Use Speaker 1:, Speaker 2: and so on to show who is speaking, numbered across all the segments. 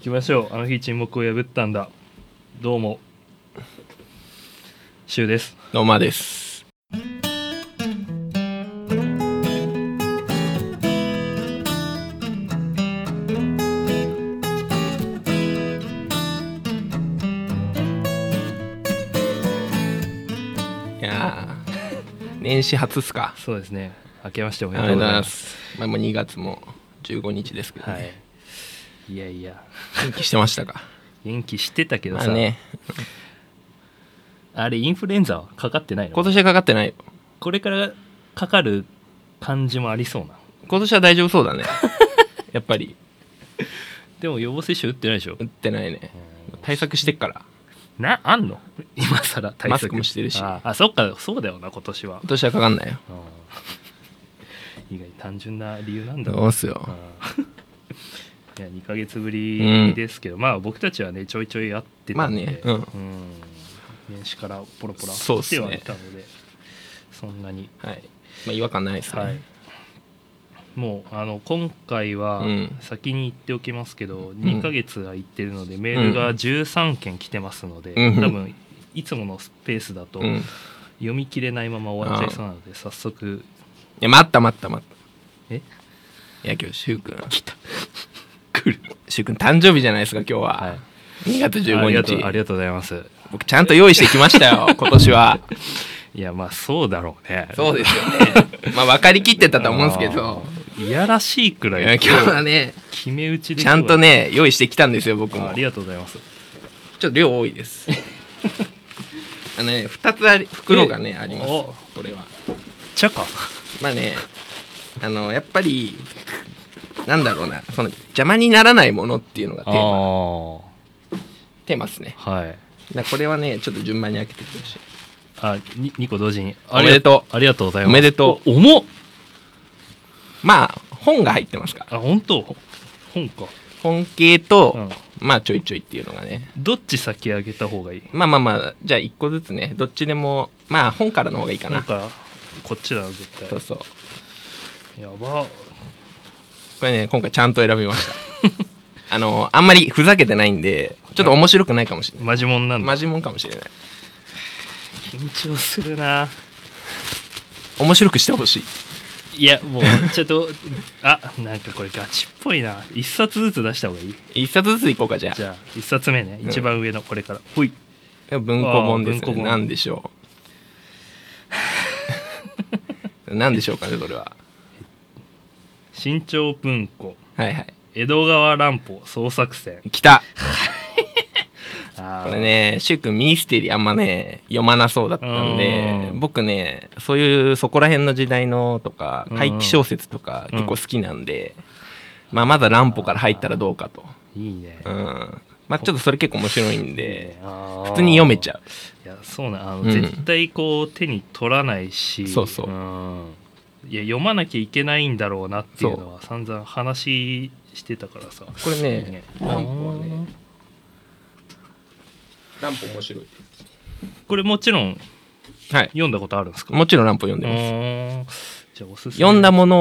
Speaker 1: きましょうあの日沈黙を破ったんだどうもシュウです
Speaker 2: 野間です。いやー年始初っすか。
Speaker 1: そうですね明けましてお
Speaker 2: お
Speaker 1: め
Speaker 2: め
Speaker 1: でと
Speaker 2: で
Speaker 1: う
Speaker 2: とう
Speaker 1: ご
Speaker 2: ご
Speaker 1: ざいま
Speaker 2: ざいますす。まあもう2月も15日ですけど、ね
Speaker 1: はいいやいや
Speaker 2: 元気してました か。
Speaker 1: 元気してたけど
Speaker 2: ま
Speaker 1: さあ,、
Speaker 2: あね、
Speaker 1: れインフルエンザはかかってないの
Speaker 2: 今年はかかってないよ。
Speaker 1: これからかかる感じもありそうな
Speaker 2: 今年は大丈夫そう だね。やっぱり
Speaker 1: でも予防接種打ってないでしょ
Speaker 2: 打ってないね。対策してっから。
Speaker 1: なあんの今更対策
Speaker 2: マスクもしてるし
Speaker 1: ああそっかそうだよな今年は
Speaker 2: 今年はかかんないよ。
Speaker 1: 意外に単純な理由なんだ
Speaker 2: どうっすよ。
Speaker 1: いや2ヶ月ぶりですけど、まあ僕たちはねちょいちょい会ってたんで、
Speaker 2: まあね
Speaker 1: うん年始からポロポロ
Speaker 2: そうっ
Speaker 1: 来
Speaker 2: す
Speaker 1: て
Speaker 2: ね
Speaker 1: はいたのでそんなに、
Speaker 2: はい。まあ違和感ないですね。
Speaker 1: はい、もうあの今回は
Speaker 2: うん
Speaker 1: 先に言っておきますけど、2ヶ月空いてるのでメールが13件来てますので、
Speaker 2: うん
Speaker 1: 多分いつものスペースだと
Speaker 2: うん。い
Speaker 1: 読み切れないまま終わっちゃいそうなので、早速
Speaker 2: や、待った待った待った。
Speaker 1: え
Speaker 2: いや、今日、しゅうくん。
Speaker 1: 来た来る
Speaker 2: しゅうくん誕生日じゃないですか、今日は。
Speaker 1: はいあ
Speaker 2: 2月
Speaker 1: りがと
Speaker 2: 15
Speaker 1: うあ
Speaker 2: 日。
Speaker 1: りがとうございます
Speaker 2: 僕、ちゃんと用意してきまし たよ、今年は。
Speaker 1: いやまあそうだろうね
Speaker 2: そうですよね。まあ、分かりきってたと思うんですけど。
Speaker 1: あーいやらしいくら
Speaker 2: い
Speaker 1: い
Speaker 2: や今日はね、
Speaker 1: 決め打ちで
Speaker 2: ちゃんとね、用意してきたんですよ、僕
Speaker 1: あ
Speaker 2: も。
Speaker 1: あり
Speaker 2: ちょっ
Speaker 1: がとうございます
Speaker 2: と量多 いです。あのね、2つあり袋がね、
Speaker 1: え
Speaker 2: あります。
Speaker 1: お
Speaker 2: これは。
Speaker 1: 茶か
Speaker 2: まあね、あの、やっぱり、なんだろうな、その、邪魔にならないものっていうのがテ
Speaker 1: あ
Speaker 2: ーマ、
Speaker 1: あは
Speaker 2: テーマですね。
Speaker 1: い
Speaker 2: だからこれはね、ちょっと順番に開けていきましょ
Speaker 1: あに二個同時に
Speaker 2: おめでと
Speaker 1: うありがとうございま
Speaker 2: お
Speaker 1: す
Speaker 2: めでと
Speaker 1: う重っ
Speaker 2: う。まあ、本が入ってますから。
Speaker 1: あ本当本か
Speaker 2: 本系と、
Speaker 1: うん
Speaker 2: まあ、ちょいちょいっていうのがね。
Speaker 1: どっち先上げた方がいい
Speaker 2: まあまあまあ、じゃあ一個ずつね、どっちでも、まあ、本からの方がいいか
Speaker 1: なん
Speaker 2: な。
Speaker 1: かこっちだな絶
Speaker 2: そう
Speaker 1: 対
Speaker 2: そう。
Speaker 1: やば
Speaker 2: これね、今回ちゃんと選び ました。あの、あんまりふざけてないんで、ちょっと面白くないかもしれない。
Speaker 1: マジモンなんだ
Speaker 2: マジもんかもしれない。
Speaker 1: 緊張するな
Speaker 2: 面白くしてほしい。
Speaker 1: いやもうちょっと あなんかこれガチっぽいな一冊ずつ出した方がいい
Speaker 2: 一冊ずついこうか、じゃあ
Speaker 1: じ。ゃあ一冊目ね
Speaker 2: うん
Speaker 1: 一番上のこれからほい
Speaker 2: 文庫本です
Speaker 1: あー文庫
Speaker 2: ね
Speaker 1: 本
Speaker 2: 何でしょう 何でしょうかねそれは
Speaker 1: 新潮文庫
Speaker 2: はいはい
Speaker 1: 江戸川乱歩総作戦
Speaker 2: 来た
Speaker 1: あ
Speaker 2: これね柊君ミステリーあんまね読まなそうだったんで
Speaker 1: うん
Speaker 2: 僕ねそういうそこら辺の時代のとか
Speaker 1: うん
Speaker 2: 怪奇小説とか
Speaker 1: うん
Speaker 2: 結構好きなんで、まあ、まだ乱歩から入ったらどうかと
Speaker 1: いいね
Speaker 2: うんまあちょっとそれ結構面白いんで
Speaker 1: 普
Speaker 2: 普通に読めち
Speaker 1: う
Speaker 2: ゃ
Speaker 1: いやそうなあの、
Speaker 2: うん
Speaker 1: 絶対こう手に取らないし
Speaker 2: そうそうん
Speaker 1: いや読まなきゃいけないんだろうなっていうのは散々話してたからさ
Speaker 2: うこれ
Speaker 1: いい
Speaker 2: ね乱歩はね
Speaker 1: あ
Speaker 2: 乱歩面白い
Speaker 1: ーこれもちろん
Speaker 2: はい
Speaker 1: 読んだことあるんですか
Speaker 2: もちろん乱歩読んで
Speaker 1: う
Speaker 2: ます
Speaker 1: ーんじゃあおすすめ
Speaker 2: 読んだもの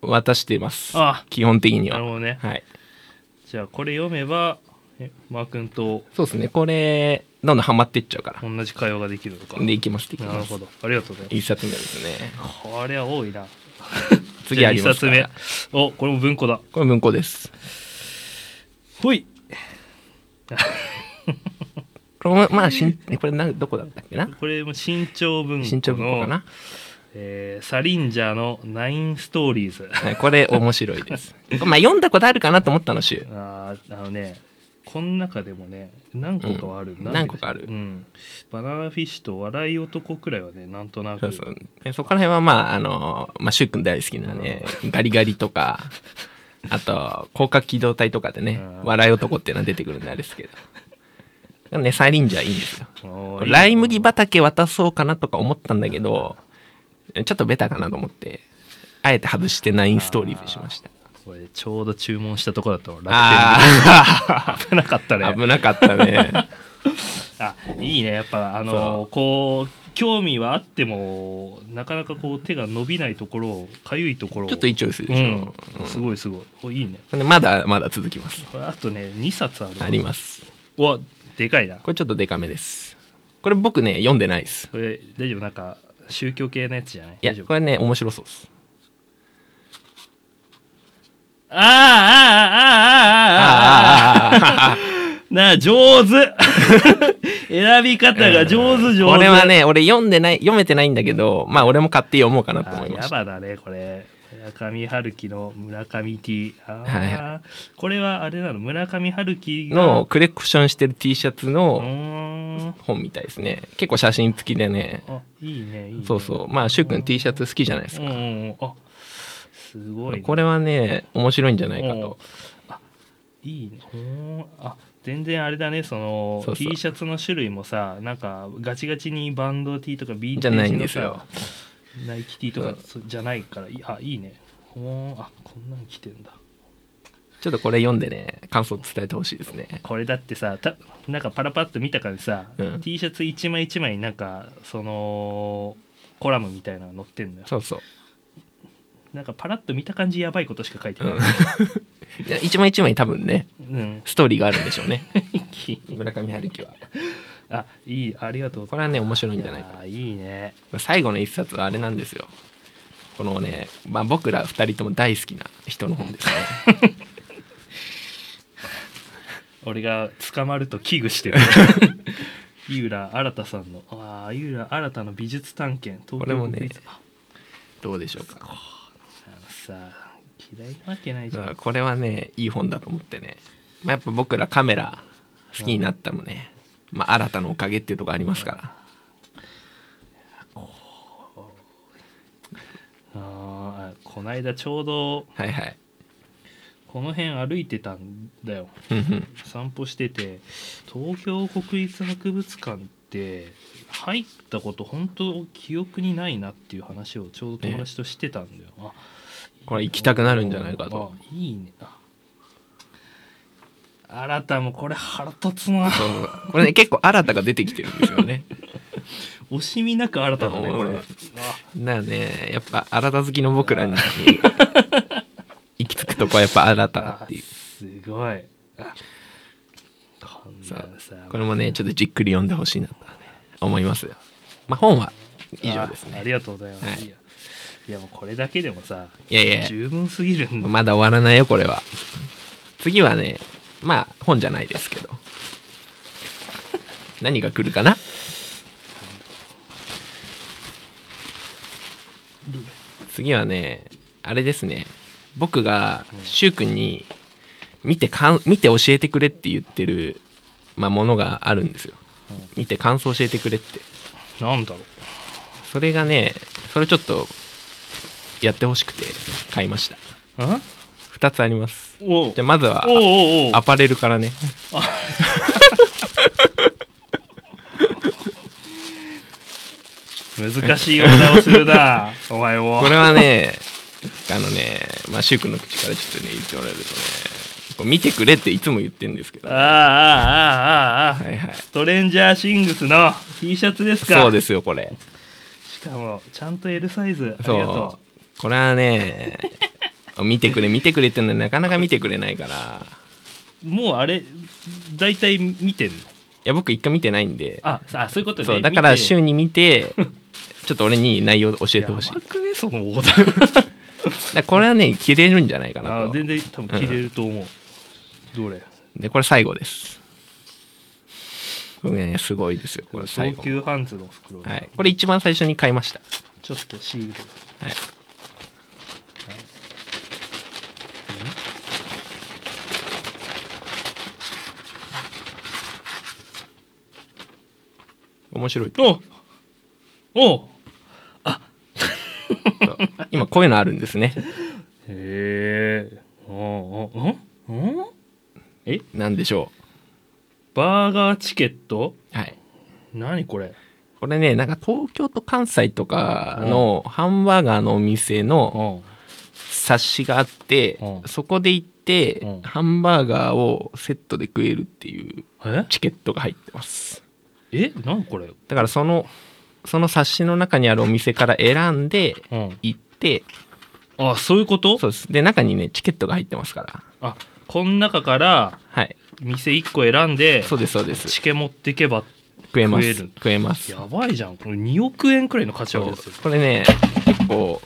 Speaker 1: う
Speaker 2: を
Speaker 1: ん
Speaker 2: 渡してます、
Speaker 1: あ
Speaker 2: 基本的に
Speaker 1: なる
Speaker 2: は
Speaker 1: ほどね
Speaker 2: はい
Speaker 1: じゃあこれ読めばえマー君と
Speaker 2: そうですねこれどんどんハマっていっちゃうから
Speaker 1: 同じ会話ができるのか
Speaker 2: でいきますでき
Speaker 1: な
Speaker 2: ま
Speaker 1: る
Speaker 2: す
Speaker 1: ほどありがとうございま
Speaker 2: 一冊目ですね
Speaker 1: すこれは多いな
Speaker 2: 次ありますから
Speaker 1: じゃあ一冊目おこれも文庫だ
Speaker 2: これ文庫です
Speaker 1: ほい
Speaker 2: これもまあしんこれなどこだったっけな
Speaker 1: これも新潮文庫の
Speaker 2: 新潮文庫かな、
Speaker 1: えーサリンジャーの「ナインストーリーズ
Speaker 2: はい、これ面白いです これまあ読んだことあるかなと思ったのしゅ」
Speaker 1: あーあのねこの中でもね何個かはある、なんてい
Speaker 2: うん
Speaker 1: うの
Speaker 2: 何個かある
Speaker 1: うん、バナナフィッシュと笑い男くらいはねなんとな
Speaker 2: そ
Speaker 1: く
Speaker 2: うそうでそこら辺はまああのまあしゅうくん大好きなねガリガリとかあと広角機動隊とかでね
Speaker 1: うん
Speaker 2: 笑い男っていうのは出てくるんであれですけどでもねサイリンジャーいいんですよ
Speaker 1: おーいいね
Speaker 2: ライ麦畑渡そうかなとか思ったんだけど、ちょっとベタかなと思って、あえて外してナインストーリーズにしました。
Speaker 1: これちょうど注文したとこだったの楽
Speaker 2: あ
Speaker 1: 天で 危 なかった
Speaker 2: あ、
Speaker 1: ね
Speaker 2: 危なかったね。
Speaker 1: あいいねやっぱあ
Speaker 2: そ
Speaker 1: のこう興味はあってもなかなかこう手が伸びないところをかゆいところを
Speaker 2: ちょっといいチョイスでしょ、
Speaker 1: うん、すごいすごいおいいね
Speaker 2: でまだまだ続きます
Speaker 1: あとね2冊ある
Speaker 2: あります
Speaker 1: うわでかいな
Speaker 2: これちょっとデカめですこれ僕ね読んでないです
Speaker 1: これ大丈夫なんか宗教系のやつじゃない
Speaker 2: いや
Speaker 1: 大丈夫
Speaker 2: これね面白そうです
Speaker 1: ああああああああああ
Speaker 2: ああ
Speaker 1: なあ上手 選び方が上手上手、
Speaker 2: これはね俺読んでない読めてないんだけどまあ俺も買って読もうかなと
Speaker 1: あ
Speaker 2: 思いま
Speaker 1: や
Speaker 2: した
Speaker 1: ばだねこれ村上春樹の村上 T あー、
Speaker 2: はい
Speaker 1: これはあれなの村上春樹が
Speaker 2: のコレクションしてる T シャツ
Speaker 1: う
Speaker 2: の
Speaker 1: ーん
Speaker 2: 本みたいですね結構写真付きでね
Speaker 1: あいいねいいね
Speaker 2: そうそうまあ柊君 T シャツ好きじゃないです
Speaker 1: うん
Speaker 2: か
Speaker 1: うんうんあすごい、ね、
Speaker 2: これはね面白いんじゃないか
Speaker 1: うん
Speaker 2: と
Speaker 1: いいねほーあ全然あれだねその
Speaker 2: そうそう
Speaker 1: T シャツの種類もさなんかガチガチにバンド T とか B
Speaker 2: じゃないんですよ
Speaker 1: ナイキ T と
Speaker 2: う
Speaker 1: か
Speaker 2: ん
Speaker 1: そじゃないからいいあいいねほーあこんなん着てんだ
Speaker 2: ちょっとこれ読んでね感想伝えてほしいですね
Speaker 1: これだってさたなんかパラパッと見たからさ、
Speaker 2: うん
Speaker 1: T シャツ一枚一枚になんかそのコラムみたいなのが載ってんだよ
Speaker 2: そうそう
Speaker 1: なんかパラッと見た感じやばいことしか書いて
Speaker 2: う
Speaker 1: ない
Speaker 2: ん、いや一枚一枚に多分ね
Speaker 1: うん、
Speaker 2: ストーリーがあるんでしょ うね村上春樹は
Speaker 1: あいいありがとう
Speaker 2: これはね面白いんじゃないか
Speaker 1: あいいね
Speaker 2: 最後の一冊はあれなんですよこのね、まあ、僕ら二人とも大好きな人の本ですね
Speaker 1: 俺が捕まると危惧して る井浦新さんのああ井浦新の美術探検東京
Speaker 2: これもね
Speaker 1: 国立あ
Speaker 2: どうでしょうか
Speaker 1: あのさ嫌いなわけないじゃ
Speaker 2: だ
Speaker 1: ん
Speaker 2: からこれはねいい本だと思ってね、まあ、やっぱ僕らカメラ好きになったのね、まあ、新たなおかげっていうとこありますから
Speaker 1: あーこないだちょうど
Speaker 2: はいはい
Speaker 1: この辺歩いてたんだよ
Speaker 2: うんうん
Speaker 1: 散歩してて東京国立博物館って入ったこと本当記憶にないなっていう話をちょうど友達としてたんだよ、あ
Speaker 2: これ行きたくなるんじゃないかと
Speaker 1: あいいねあ新たもこれ腹立つな
Speaker 2: そうこれね結構新たが出てきてるんですよ ね
Speaker 1: 惜しみなく新ただねこ
Speaker 2: うん
Speaker 1: れ
Speaker 2: なあねやっぱ新た好きの僕らに行き着くとこはやっぱ新たっていう
Speaker 1: すごいあこん
Speaker 2: さ
Speaker 1: なんさ
Speaker 2: あこれもねちょっとじっくり読んでほしいなと思いますよまあ本は以上です
Speaker 1: ああ
Speaker 2: ね
Speaker 1: りがとうございます、
Speaker 2: はい
Speaker 1: いや、いやもうこれだけでもさ
Speaker 2: いやいや
Speaker 1: 十分すぎるんだ
Speaker 2: まだ終わらないよこれは次はねまあ本じゃないですけど 何が来るかな次はねあれですね僕が柊君に見てかん見て教えてくれって言ってる、まあ、ものがあるんですよ
Speaker 1: うん
Speaker 2: 見て感想教えてくれって
Speaker 1: なんだろう
Speaker 2: それがねそれちょっとやってほしくて買いました
Speaker 1: あ
Speaker 2: 2つあります
Speaker 1: おう
Speaker 2: じゃあまずは
Speaker 1: おうおうおう
Speaker 2: アパレルからね
Speaker 1: 難しいお題をする なお前も
Speaker 2: これはねあのねまあ柊君の口からちょっとね言ってもらえるとねこう見てくれっていつも言ってるんですけど
Speaker 1: あ
Speaker 2: は
Speaker 1: ああああああ、
Speaker 2: いはい
Speaker 1: ストレンジャーシングスの T シャツですか
Speaker 2: そうですよこれ
Speaker 1: しかもちゃんと L サイズありが
Speaker 2: そ
Speaker 1: と
Speaker 2: うこれはね見てくれ見てくれってのはなかなか見てくれないから
Speaker 1: うもうあれ大体見てんの
Speaker 2: いや僕一回見てないんで
Speaker 1: あさあそういうことね
Speaker 2: そうだから週
Speaker 1: に
Speaker 2: に見てちょっと俺に内容を教え
Speaker 1: や
Speaker 2: て
Speaker 1: ば
Speaker 2: ほしいだか
Speaker 1: くねその オーダー
Speaker 2: らこれはね切れるんじゃないかな
Speaker 1: あ
Speaker 2: と
Speaker 1: 全然多分着れると思う、どれ
Speaker 2: でこれ最後ですこれねすごいですよこれ最
Speaker 1: 東
Speaker 2: 後
Speaker 1: 急ハンズの袋、
Speaker 2: はいこれ一番最初に買いました
Speaker 1: ちょっとシール
Speaker 2: はい面白い
Speaker 1: おお
Speaker 2: そう 今こういうのあるんですね
Speaker 1: へえおおおんえ
Speaker 2: なんでしょ
Speaker 1: バーガーチケット
Speaker 2: うはい
Speaker 1: 何これ
Speaker 2: これねなんか東京と関西とかのハンバーガーのお店の
Speaker 1: ん
Speaker 2: 冊子があって
Speaker 1: うん
Speaker 2: そこで行って
Speaker 1: うん
Speaker 2: ハンバーガーをセットで食えるっていう
Speaker 1: え
Speaker 2: チケットが入ってます
Speaker 1: えなんこれ
Speaker 2: だからそのその冊子の中にあるお店から選んで
Speaker 1: うん、
Speaker 2: 行って
Speaker 1: あそういうこと
Speaker 2: そうですで中にねチケットが入ってますから
Speaker 1: あこの中から
Speaker 2: はい
Speaker 1: 店1個選んで
Speaker 2: そうですそうです
Speaker 1: チケ持っていけば
Speaker 2: 食えます
Speaker 1: 食える
Speaker 2: 食えます
Speaker 1: やばいじゃんこれ2億円くらいの価値あ
Speaker 2: そ
Speaker 1: るん
Speaker 2: う
Speaker 1: ですよ
Speaker 2: これね結構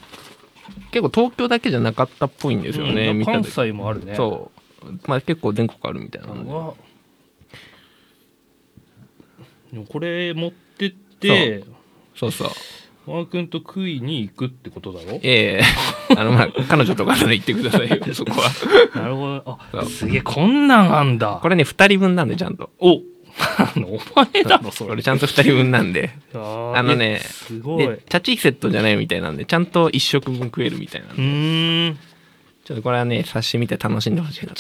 Speaker 2: 結構東京だけじゃなかったっぽいんですよね、
Speaker 1: うん
Speaker 2: 見た
Speaker 1: 関
Speaker 2: 時
Speaker 1: 西もあるね
Speaker 2: そうまあ結構全国あるみたいなので
Speaker 1: うわでもこれ持ってって
Speaker 2: そうそう
Speaker 1: ワー君と食いに行くってことだろ
Speaker 2: ええ あのまあ彼女とかなら行ってください よそこは
Speaker 1: なるほど
Speaker 2: そ
Speaker 1: あ
Speaker 2: う
Speaker 1: すげえこんなんあんだ
Speaker 2: これね2人分なんでちゃんと
Speaker 1: お あのお前だろそ
Speaker 2: こ
Speaker 1: れ
Speaker 2: れちゃんと2人分なんで
Speaker 1: あ
Speaker 2: あのね
Speaker 1: すごいう
Speaker 2: でチャチーセットじゃないみたいなんでちゃんと1食分食えるみたいなんで
Speaker 1: ーん
Speaker 2: ちょっとこれはね察してみて楽しんでほしいな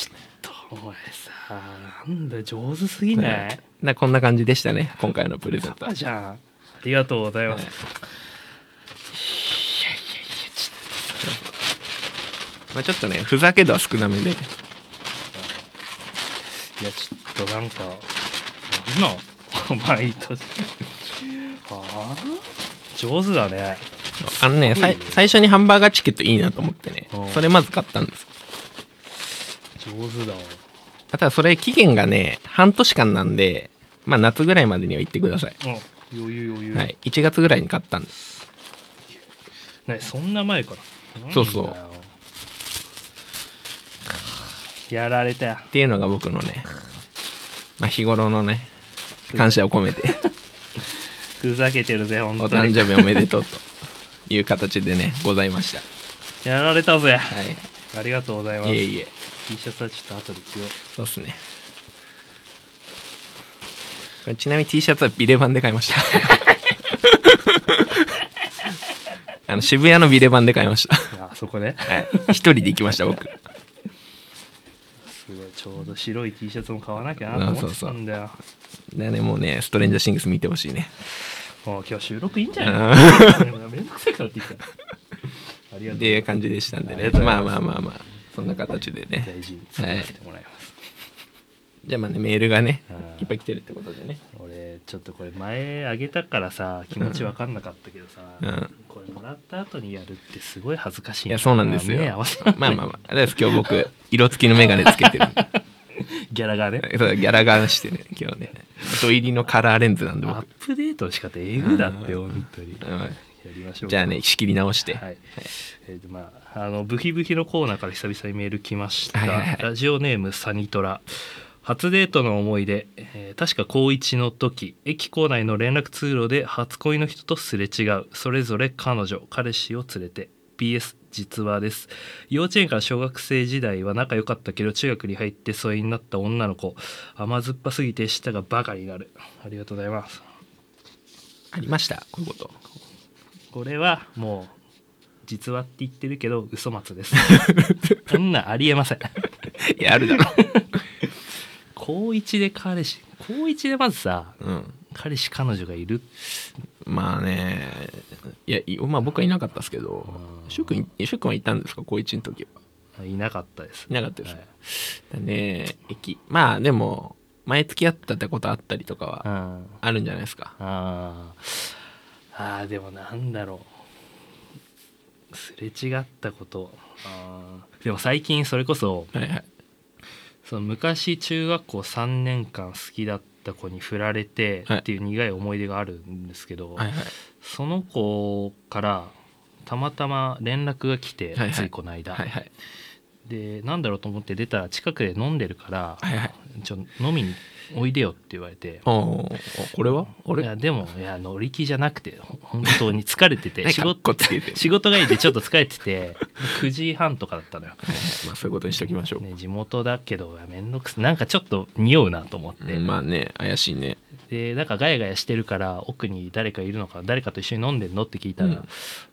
Speaker 2: と
Speaker 1: お前さなんだ上手すぎない、
Speaker 2: なこんな感じでしたね今回のプレゼント
Speaker 1: パパじゃんありがとうございます、
Speaker 2: はいまあ、ちょっとねふざけ度は少なめで
Speaker 1: いや、ちょっとなんか、 なんなんバイト。はあ上手だね。
Speaker 2: あのねさい最初にハンバーガーチケットいいなと思ってね
Speaker 1: うん
Speaker 2: それまず買ったんです
Speaker 1: 上手だわ。
Speaker 2: ただそれ期限がね半年間なんでまあ夏ぐらいまでには行ってください、
Speaker 1: うん、余裕余裕。
Speaker 2: はい、1月ぐらいに買ったんです
Speaker 1: ね、そんな前から。なんだよ
Speaker 2: そうそう
Speaker 1: やられたよ。
Speaker 2: っていうのが僕のね、まあ、日頃のね感謝を込めて
Speaker 1: ふざけてるぜ、本
Speaker 2: お
Speaker 1: 当
Speaker 2: 誕
Speaker 1: に。
Speaker 2: 生日おめでとうという形でねございました
Speaker 1: やられたぜ。
Speaker 2: はい
Speaker 1: ありがとうございます。
Speaker 2: いえいえ
Speaker 1: T シャツはちょっと後で着よう。
Speaker 2: そうっすねこれちなみに T シャツはビレバンで買いました あの渋谷のビレバンで買いました
Speaker 1: あ、そこね。
Speaker 2: はい一人で行きました僕
Speaker 1: すごい、ちょうど白い T シャツも買わなきゃなと思ってたんだよ。
Speaker 2: だねもうねストレンジャーシングス見てほしいね
Speaker 1: もう今日収録いいんじゃない
Speaker 2: っ
Speaker 1: めんどくさいからって言ったら。ありがとう。
Speaker 2: ていう感じでしたんで
Speaker 1: あり
Speaker 2: ね
Speaker 1: がとうござ
Speaker 2: ま
Speaker 1: いま
Speaker 2: あ
Speaker 1: す
Speaker 2: まあまあまあそんな形でね
Speaker 1: 大事に使わせてもらいます。
Speaker 2: じゃあまあねメールがね
Speaker 1: うん
Speaker 2: いっぱい来てるってことでね
Speaker 1: 俺ちょっとこれ前あげたからさ気持ちわかんなかったけどさ、
Speaker 2: うん
Speaker 1: これもらった後にやるってすごい恥ずかしい
Speaker 2: いやそうなんですよ
Speaker 1: 目合わせ
Speaker 2: まあまあまあです今日僕色付きの眼鏡つけてるん で
Speaker 1: ギャラがね
Speaker 2: そうギャラガンしてね今日ね糸入りのカラーレンズなんで
Speaker 1: ア
Speaker 2: 僕
Speaker 1: ップデートの仕方えぐだってよ本当にや
Speaker 2: うん
Speaker 1: りましょう
Speaker 2: じゃあね仕切り直して、
Speaker 1: はい、えーとまああのブヒブヒのコーナーから久々にメール来ました、
Speaker 2: はいはいはい
Speaker 1: ラジオネームサニトラ初デートの思い出、えー確か高1の時駅構内の連絡通路で初恋の人とすれ違うそれぞれ彼女彼氏を連れて PS 実話です幼稚園から小学生時代は仲良かったけど中学に入って疎遠になった女の子甘酸っぱすぎて舌がバカになるありがとうございます
Speaker 2: ありましたこういうこと
Speaker 1: これはもう実話って言ってるけど嘘松 ですそんなんありえません
Speaker 2: いや あるだろ、
Speaker 1: 高1で彼氏高1でまずさ
Speaker 2: うん、
Speaker 1: 彼氏彼女がいる
Speaker 2: まあねいやいまあ僕はいなかったですけど
Speaker 1: うん
Speaker 2: く君く君はいたんですか高1の時はい
Speaker 1: なかったです
Speaker 2: いなかったです
Speaker 1: はい
Speaker 2: だね駅まあでも前付き合ったってことあったりとか
Speaker 1: う
Speaker 2: は
Speaker 1: ん
Speaker 2: あるんじゃないですか
Speaker 1: あーあーでもなんだろうすれ違ったことあーでも最近それこそ
Speaker 2: はいはい
Speaker 1: その昔中学校3年間好きだった子に振られて
Speaker 2: はい
Speaker 1: っていう苦い思い出があるんですけど、
Speaker 2: はいはい
Speaker 1: その子からたまたま連絡が来て、
Speaker 2: はいはい
Speaker 1: ついこの間、
Speaker 2: はいはい
Speaker 1: でなんだろうと思って出たら近くで飲んでるから
Speaker 2: はいはい
Speaker 1: 「ちょ飲みにおいでよ」って言われて。
Speaker 2: おーあこれはい俺
Speaker 1: やでもいや乗り気じゃなくてほ本当に疲れてて
Speaker 2: 何
Speaker 1: 仕
Speaker 2: かっ
Speaker 1: 事
Speaker 2: こつけ て、
Speaker 1: 仕事帰りでちょっと疲れてて9時半とかだったのよ、
Speaker 2: まあ、そういうことにしときましょう、
Speaker 1: ね、地元だけどいやめんどくさなんかちょっと匂うなと思って、
Speaker 2: うんまあね怪しいね
Speaker 1: でなんかガヤガヤしてるから奥に誰かいるのか誰かと一緒に飲んでんのって聞いたら、
Speaker 2: うん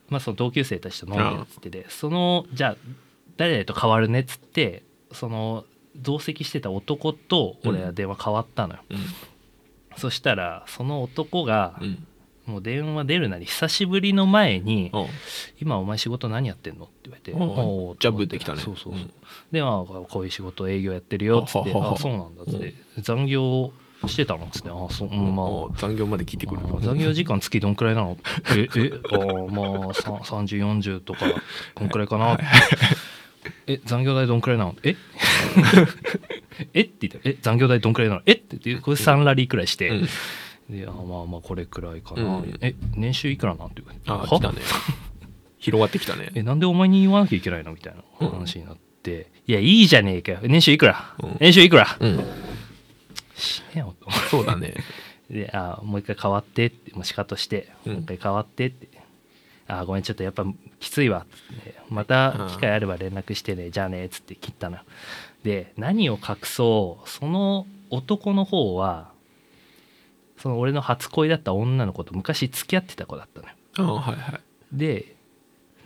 Speaker 1: まあ、その同級生たちと飲んでるっつっててそのじゃあ誰々と変わるねっつってその同席してた男と俺は電話変わったのよ、
Speaker 2: うん
Speaker 1: そしたらその男が
Speaker 2: うん
Speaker 1: もう電話出るなり久しぶりの前に
Speaker 2: おう
Speaker 1: 「今お前仕事何やってんの?」って言われて「
Speaker 2: お
Speaker 1: お
Speaker 2: うジャブできたね
Speaker 1: そうそうそう、
Speaker 2: うん
Speaker 1: でまあこういう仕事営業やってるよっつって「
Speaker 2: はははは
Speaker 1: あそうなんだ」っつっ
Speaker 2: う
Speaker 1: て「残業してたんですねあそうう
Speaker 2: うん
Speaker 1: まあ
Speaker 2: お残業まで聞いてくる
Speaker 1: あー残業時間月どんくらいなのええあーまあさ3040とかこんくらいかなえ残業代どんくらいなのえ えって言ってえ残業代どんくらいなのえって言ってこれ3ラリーくらいして、
Speaker 2: うん
Speaker 1: であーまあまあこれくらいかな、
Speaker 2: うん
Speaker 1: え年収いくらなんていう
Speaker 2: あー
Speaker 1: は
Speaker 2: 来たね広がってきたね
Speaker 1: えなんでお前に言わなきゃいけないのみたいな話になって、いやいいじゃねえかよ年収いくら、
Speaker 2: うん
Speaker 1: 年収いくら
Speaker 2: うん
Speaker 1: 死ねよと
Speaker 2: そう だね
Speaker 1: であもう一回変わってってもうシカとして、
Speaker 2: うん
Speaker 1: もう一回変わってってあごめんちょっとやっぱきついわっつってまた機会あれば連絡してね、じゃあねっつって切ったのよで何を隠そうその男の方はその俺の初恋だった女の子と昔付き合ってた子だったのよ
Speaker 2: あーはいはい
Speaker 1: で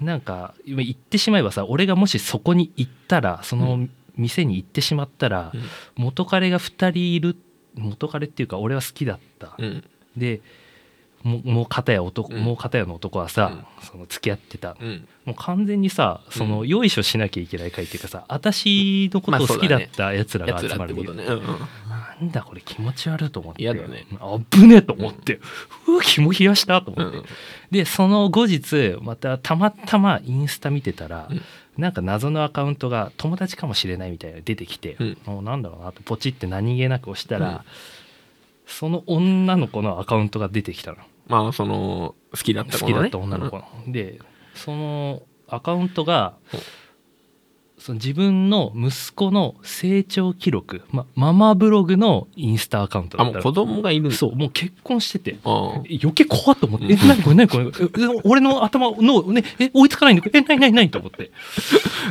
Speaker 1: なんか今言ってしまえばさ俺がもしそこに行ったらそうの店に行ってしまったら、
Speaker 2: うん
Speaker 1: 元彼が2人いる元彼っていうか俺は好きだった、
Speaker 2: うん
Speaker 1: でももう片や男、
Speaker 2: うん
Speaker 1: もう片やの男はさ、その付き合ってた
Speaker 2: うん
Speaker 1: もう完全にさその、
Speaker 2: うん
Speaker 1: よいしょしなきゃいけない会っていうかさ私のことを好きだったやつら
Speaker 2: や
Speaker 1: が
Speaker 2: つ
Speaker 1: 集
Speaker 2: ら
Speaker 1: ま
Speaker 2: って
Speaker 1: る
Speaker 2: ことねうんうん
Speaker 1: なんだこれ気持ち悪いと思って
Speaker 2: 嫌だね
Speaker 1: あぶねえと思って、うわ気も冷やしたと
Speaker 2: う
Speaker 1: 思って、
Speaker 2: ん
Speaker 1: でその後日またたまたまインスタ見てたら、
Speaker 2: うん
Speaker 1: なんか謎のアカウントが友達かもしれないみたいなの出てきて、
Speaker 2: うん
Speaker 1: もうなんだろうなとポチって何気なく押したら、
Speaker 2: うん
Speaker 1: その女の子のアカウントが出てきたの
Speaker 2: まあその好きだった
Speaker 1: 好
Speaker 2: 子
Speaker 1: き
Speaker 2: の
Speaker 1: だ
Speaker 2: ね
Speaker 1: った女の子の。でそのアカウントが
Speaker 2: うん
Speaker 1: その自分の息子の成長記録、ま、ママブログのインスタアカウント
Speaker 2: あ
Speaker 1: だった
Speaker 2: もう
Speaker 1: の
Speaker 2: 子供がいるんだ
Speaker 1: そうもう結婚してて。
Speaker 2: あ
Speaker 1: え余計怖っと思って、
Speaker 2: うん
Speaker 1: え、なにこれ、なにこれ、ええ俺の頭の、ね、え、追いつかないんだけど、え、なになになにと思って。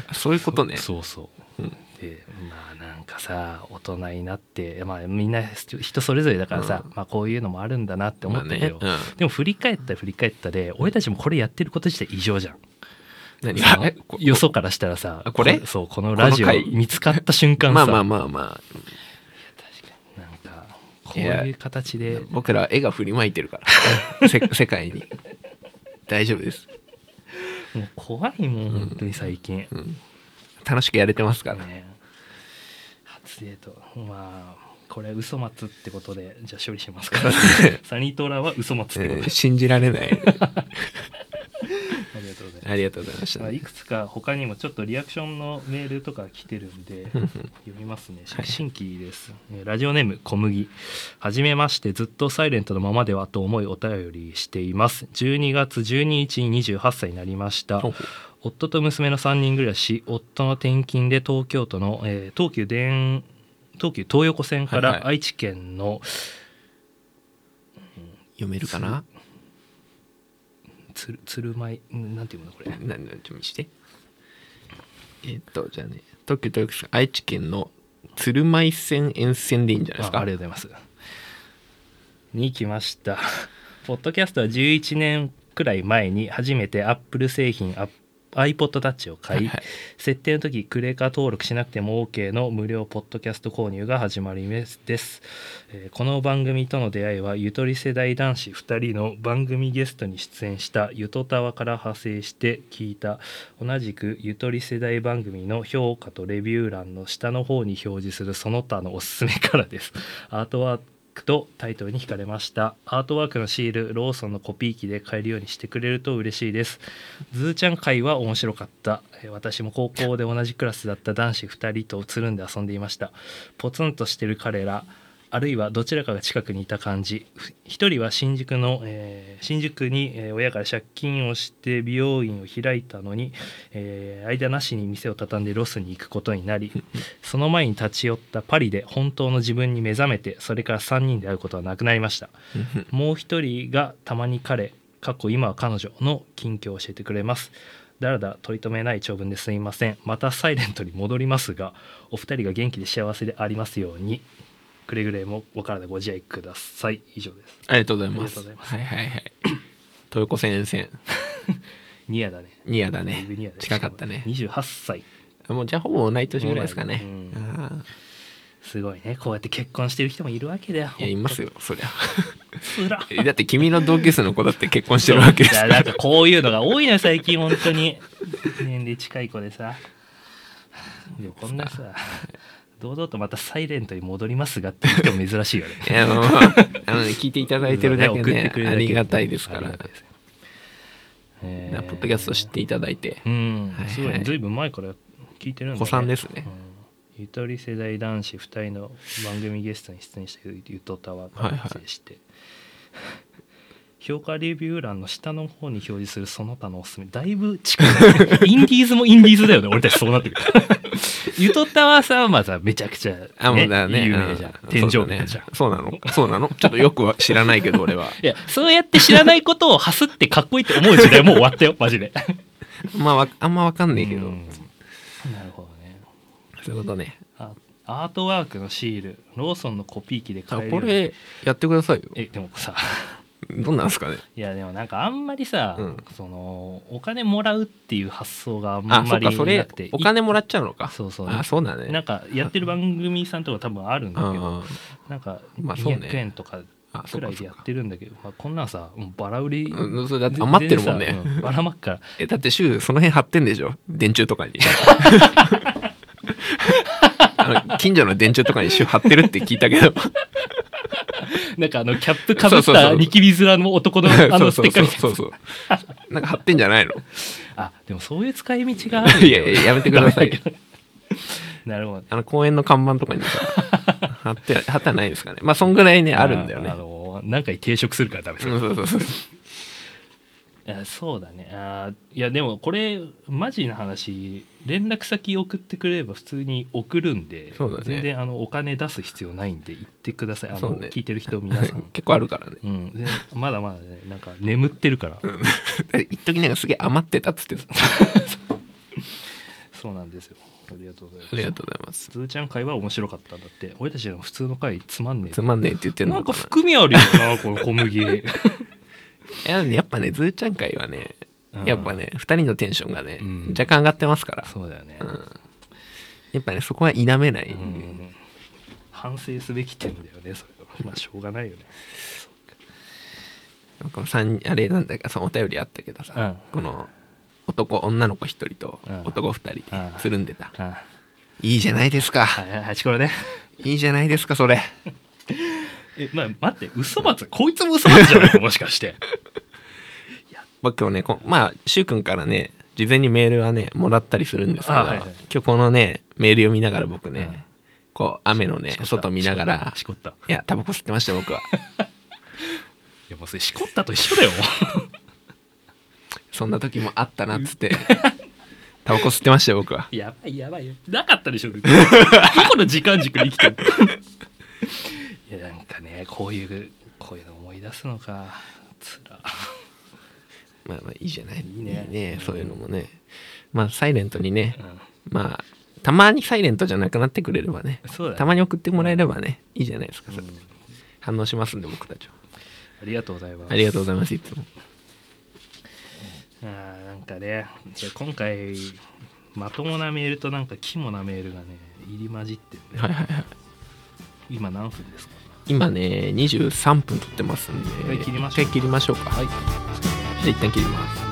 Speaker 2: あそういうことね
Speaker 1: そうそう。
Speaker 2: うん
Speaker 1: で、まあなんかさ、大人になって、まあみんな人それぞれだからさ、
Speaker 2: う
Speaker 1: まあこういうのもあるんだなって思
Speaker 2: ま
Speaker 1: っ
Speaker 2: あ
Speaker 1: たけど、
Speaker 2: ねうん
Speaker 1: でも振り返ったら振り返ったで、俺たちもこれやってること自体異常じゃん。
Speaker 2: 何
Speaker 1: さ
Speaker 2: えこ
Speaker 1: よそからしたらさ、
Speaker 2: あこれ
Speaker 1: そう、このラジオ
Speaker 2: この回
Speaker 1: 見つかった瞬間
Speaker 2: ま
Speaker 1: さ、
Speaker 2: あまあまあま
Speaker 1: 確かになんか、こういう形
Speaker 2: あ
Speaker 1: で、
Speaker 2: 僕らは絵が振りまいてるか らせ世界に大丈夫です、
Speaker 1: もう怖いもん、本当に最近。
Speaker 2: うん、楽しくやれてますから
Speaker 1: ね初デートまあこれ嘘松ってことでじゃあ処理しますから サニートラは嘘松ってこと
Speaker 2: え
Speaker 1: で
Speaker 2: ー信じられない
Speaker 1: ありがとうございます
Speaker 2: ありがとうございました、
Speaker 1: まあいくつか他にもちょっとリアクションのメールとか来てるんで
Speaker 2: うんうん
Speaker 1: 読みますね
Speaker 2: はい
Speaker 1: 新規です、えーラジオネーム小麦はじめましてずっとサイレントのままではと思いお便りしています12月12日に28歳になりました
Speaker 2: ほうほ
Speaker 1: 夫と娘の3人暮らし夫の転勤で東京都の、えー東急電東急東横線か
Speaker 2: はいは
Speaker 1: ら
Speaker 2: い
Speaker 1: 愛知県の
Speaker 2: 読めるかな
Speaker 1: つる鶴舞んなんていうのこれ
Speaker 2: ななちょ見してえーっとじゃあね東京東京市愛知県の鶴舞線沿線でいいんじゃないですか
Speaker 1: あありがとうございますに来ました ポッドキャストは11年くらい前に初めて Apple 製品アッ iPodTouch を買い、
Speaker 2: はい
Speaker 1: 設定の時クレカ登録しなくても OK の無料ポッドキャスト購入が始まりです、えーこの番組との出会いはゆとり世代男子2人の番組ゲストに出演したゆとたわから派生して聞いた同じくゆとり世代番組の評価とレビュー欄の下の方に表示するその他のおすすめからですアートワークとタイトルに惹かれましたアートワークのシールローソンのコピー機で買えるようにしてくれると嬉しいですズーちゃん会は面白かったえー私も高校で同じクラスだった男子2人とつるんで遊んでいましたポツンとしてる彼らあるいはどちらかが近くにいた感じふ一人は新宿の、えー新宿にえー親から借金をして美容院を開いたのに、えー間なしに店を畳んでロスに行くことになりその前に立ち寄ったパリで本当の自分に目覚めてそれから3人で会うことはなくなりました
Speaker 2: うんうん
Speaker 1: もう一人がたまに彼過去今は彼女の近況を教えてくれますだらだら取り留めない長文ですいませんまたサイレントに戻りますがお二人が元気で幸せでありますようにくれぐれもお体ご自愛ください以上です
Speaker 2: ありがとうございます
Speaker 1: ありがとうございます
Speaker 2: はいはいはい豊子線沿線
Speaker 1: ニアだね
Speaker 2: ニアだ
Speaker 1: だい
Speaker 2: ね
Speaker 1: ぶニアだ
Speaker 2: 近かったね
Speaker 1: 28歳
Speaker 2: もうじゃあほぼ同い年ぐらいですかね
Speaker 1: う、ん
Speaker 2: あ
Speaker 1: すごいねこうやって結婚してる人もいるわけだよ
Speaker 2: あいやいますよそりゃ
Speaker 1: つら
Speaker 2: えだって君の同級生の子だって結婚してるわけです
Speaker 1: い や
Speaker 2: から
Speaker 1: なんかこういうのが多いのよ最近本 当に年齢近い子でさでもこんなさ 堂々とまた「サイレントに戻りますが」って言っても珍しい よね
Speaker 2: いやもうあのね聞いていただいてるだ
Speaker 1: そ
Speaker 2: け
Speaker 1: うね
Speaker 2: ねありがたいですか
Speaker 1: あ
Speaker 2: ら
Speaker 1: りがたいですよえ
Speaker 2: な
Speaker 1: ー
Speaker 2: ポッドキャスト知っていただいて
Speaker 1: うん
Speaker 2: はいはい
Speaker 1: すごいずいぶん前から聞いてるんだ、ね、
Speaker 2: 子さんですね
Speaker 1: うんゆとり世代男子2人の番組ゲストに出演したゆとたわ
Speaker 2: は
Speaker 1: が
Speaker 2: いはい
Speaker 1: 発生して、評価レビュー欄の下の方に表示するその他のおすすめだいぶ近いインディーズもインディーズだよね俺たちそうなってくる ゆとたわさんはまずめちゃくちゃ、ね
Speaker 2: あもうだね
Speaker 1: 有名じゃん
Speaker 2: う
Speaker 1: 天井
Speaker 2: そうだ
Speaker 1: 人じゃん、
Speaker 2: そうなのそうなのちょっとよくは知らないけど俺はい
Speaker 1: やそうやって知らないことをハスってかっこいいって思う時代もう終わったよマ ジで
Speaker 2: まあわあんまわかんねえけ
Speaker 1: う
Speaker 2: ど
Speaker 1: んなるほどね
Speaker 2: そういうことね
Speaker 1: あアートワークのシールローソンのコピー機で
Speaker 2: あ
Speaker 1: 買えるよ
Speaker 2: こ
Speaker 1: うに
Speaker 2: れやってくださいよ
Speaker 1: えでもさ
Speaker 2: どんなんですかね
Speaker 1: いやでもなんかあんまりさ、
Speaker 2: うん
Speaker 1: そのお金もらうっていう発想があん
Speaker 2: あそ
Speaker 1: ま
Speaker 2: っ
Speaker 1: りな
Speaker 2: かそれ
Speaker 1: くて
Speaker 2: お金もらっちゃうのか
Speaker 1: そうそう
Speaker 2: あそうだね
Speaker 1: なんかやってる番組さんとか多分あるんだけど
Speaker 2: あ
Speaker 1: なんか
Speaker 2: まあそうね
Speaker 1: 200円とか
Speaker 2: あそ
Speaker 1: く
Speaker 2: う
Speaker 1: ら
Speaker 2: か
Speaker 1: いで
Speaker 2: そう
Speaker 1: や
Speaker 2: か
Speaker 1: ってるんだけどまあ、こんなんさもうバラ売り、
Speaker 2: うんそれだって余ってるもんね
Speaker 1: 全然さうばらまっから
Speaker 2: えだって週その辺貼ってんでしょ電柱 とかにあの近所の電柱とかに週貼ってるって聞いたけど
Speaker 1: なんかあのキャップかぶっ
Speaker 2: そうそう
Speaker 1: た
Speaker 2: そう
Speaker 1: 力み面の男の あ
Speaker 2: そ
Speaker 1: の
Speaker 2: う
Speaker 1: ス
Speaker 2: そ
Speaker 1: テ
Speaker 2: う
Speaker 1: ッカ
Speaker 2: そ
Speaker 1: ーみたいな
Speaker 2: うそうそうなんか貼ってんじゃないの
Speaker 1: あでもそういう使い道があるんだ
Speaker 2: いやいややめてくださいよ
Speaker 1: なるほど
Speaker 2: あの公園の看板とか にさ貼って貼ってはないですかねまあそんぐらいね あるんだよね
Speaker 1: あの何回抵触するからダメです
Speaker 2: うんそうそうそう
Speaker 1: いやそうだねあーいやでもこれマジな話連絡先送ってくれれば普通に送るんで
Speaker 2: そうだね
Speaker 1: 全然あのお金出す必要ないんで言ってくださいあの、
Speaker 2: そうね
Speaker 1: 聞いてる人皆さん
Speaker 2: 結構あるからね
Speaker 1: うんでまだまだねなんか眠ってるから、
Speaker 2: だって一時なんか すげえ余ってたっつってた
Speaker 1: そうなんですよありがとうございます
Speaker 2: ありがとうございます
Speaker 1: 普通ちゃん会は面白かったんだって俺たちの普通の会つまんね
Speaker 2: つ
Speaker 1: え
Speaker 2: まんねえって言ってん
Speaker 1: な
Speaker 2: の
Speaker 1: んか
Speaker 2: かな
Speaker 1: 含みあるよなこの小麦
Speaker 2: いややっぱねズーちゃん会はね
Speaker 1: うん
Speaker 2: やっぱね2人のテンションがね、
Speaker 1: うん
Speaker 2: 若干上がってますから
Speaker 1: そうだよね、
Speaker 2: うんやっぱねそこは否めない、
Speaker 1: うん反省すべき点だよねそれはまあしょうがないよね
Speaker 2: なんか三あれなんだかそのお便りあったけどさ、
Speaker 1: うん
Speaker 2: この男女の子1人と
Speaker 1: うん
Speaker 2: 男2人
Speaker 1: うん
Speaker 2: でつるんでた、
Speaker 1: あ
Speaker 2: いいじゃないです
Speaker 1: あ
Speaker 2: か
Speaker 1: はいはいこれね
Speaker 2: いいじゃないですかそれ
Speaker 1: えまあ待って嘘松こいつも嘘松じゃない のもしかして
Speaker 2: 僕もねこまあく君からね事前にメールはねもらったりするんですけど、
Speaker 1: あはいはい
Speaker 2: 今日このねメール読みながら僕ね、
Speaker 1: うん
Speaker 2: こう雨のね外見ながら
Speaker 1: しこったしこった
Speaker 2: いやタバコ吸ってました僕は
Speaker 1: いやもうそれしこったと一緒だよもう
Speaker 2: そんな時もあったなっつってタバコ吸ってましたよ僕 は
Speaker 1: やばいやばいよなかったでしょど この時間軸で生きてる いやなんかねこういうこういうの思い出すのかつら
Speaker 2: まあまあいいじゃない。
Speaker 1: いいねうん
Speaker 2: そういうのもね。まあサイレントにね、
Speaker 1: うん
Speaker 2: まあたまにサイレントじゃなくなってくれればね、
Speaker 1: そうだね
Speaker 2: たまに送ってもらえればね、いいじゃないですか。それ
Speaker 1: うん
Speaker 2: 反応しますんで僕たちは。
Speaker 1: ありがとうございます
Speaker 2: ありがとうございますいつも。
Speaker 1: あーなんかねいや今回まともなメールとなんか肝なメールがね入り混じってんね
Speaker 2: はいはいはい。
Speaker 1: 今何分ですか
Speaker 2: 今ね23分撮ってますんで、
Speaker 1: 一回切りましょう
Speaker 2: 一回切りましょうか。
Speaker 1: はい
Speaker 2: じゃあ一旦切ります。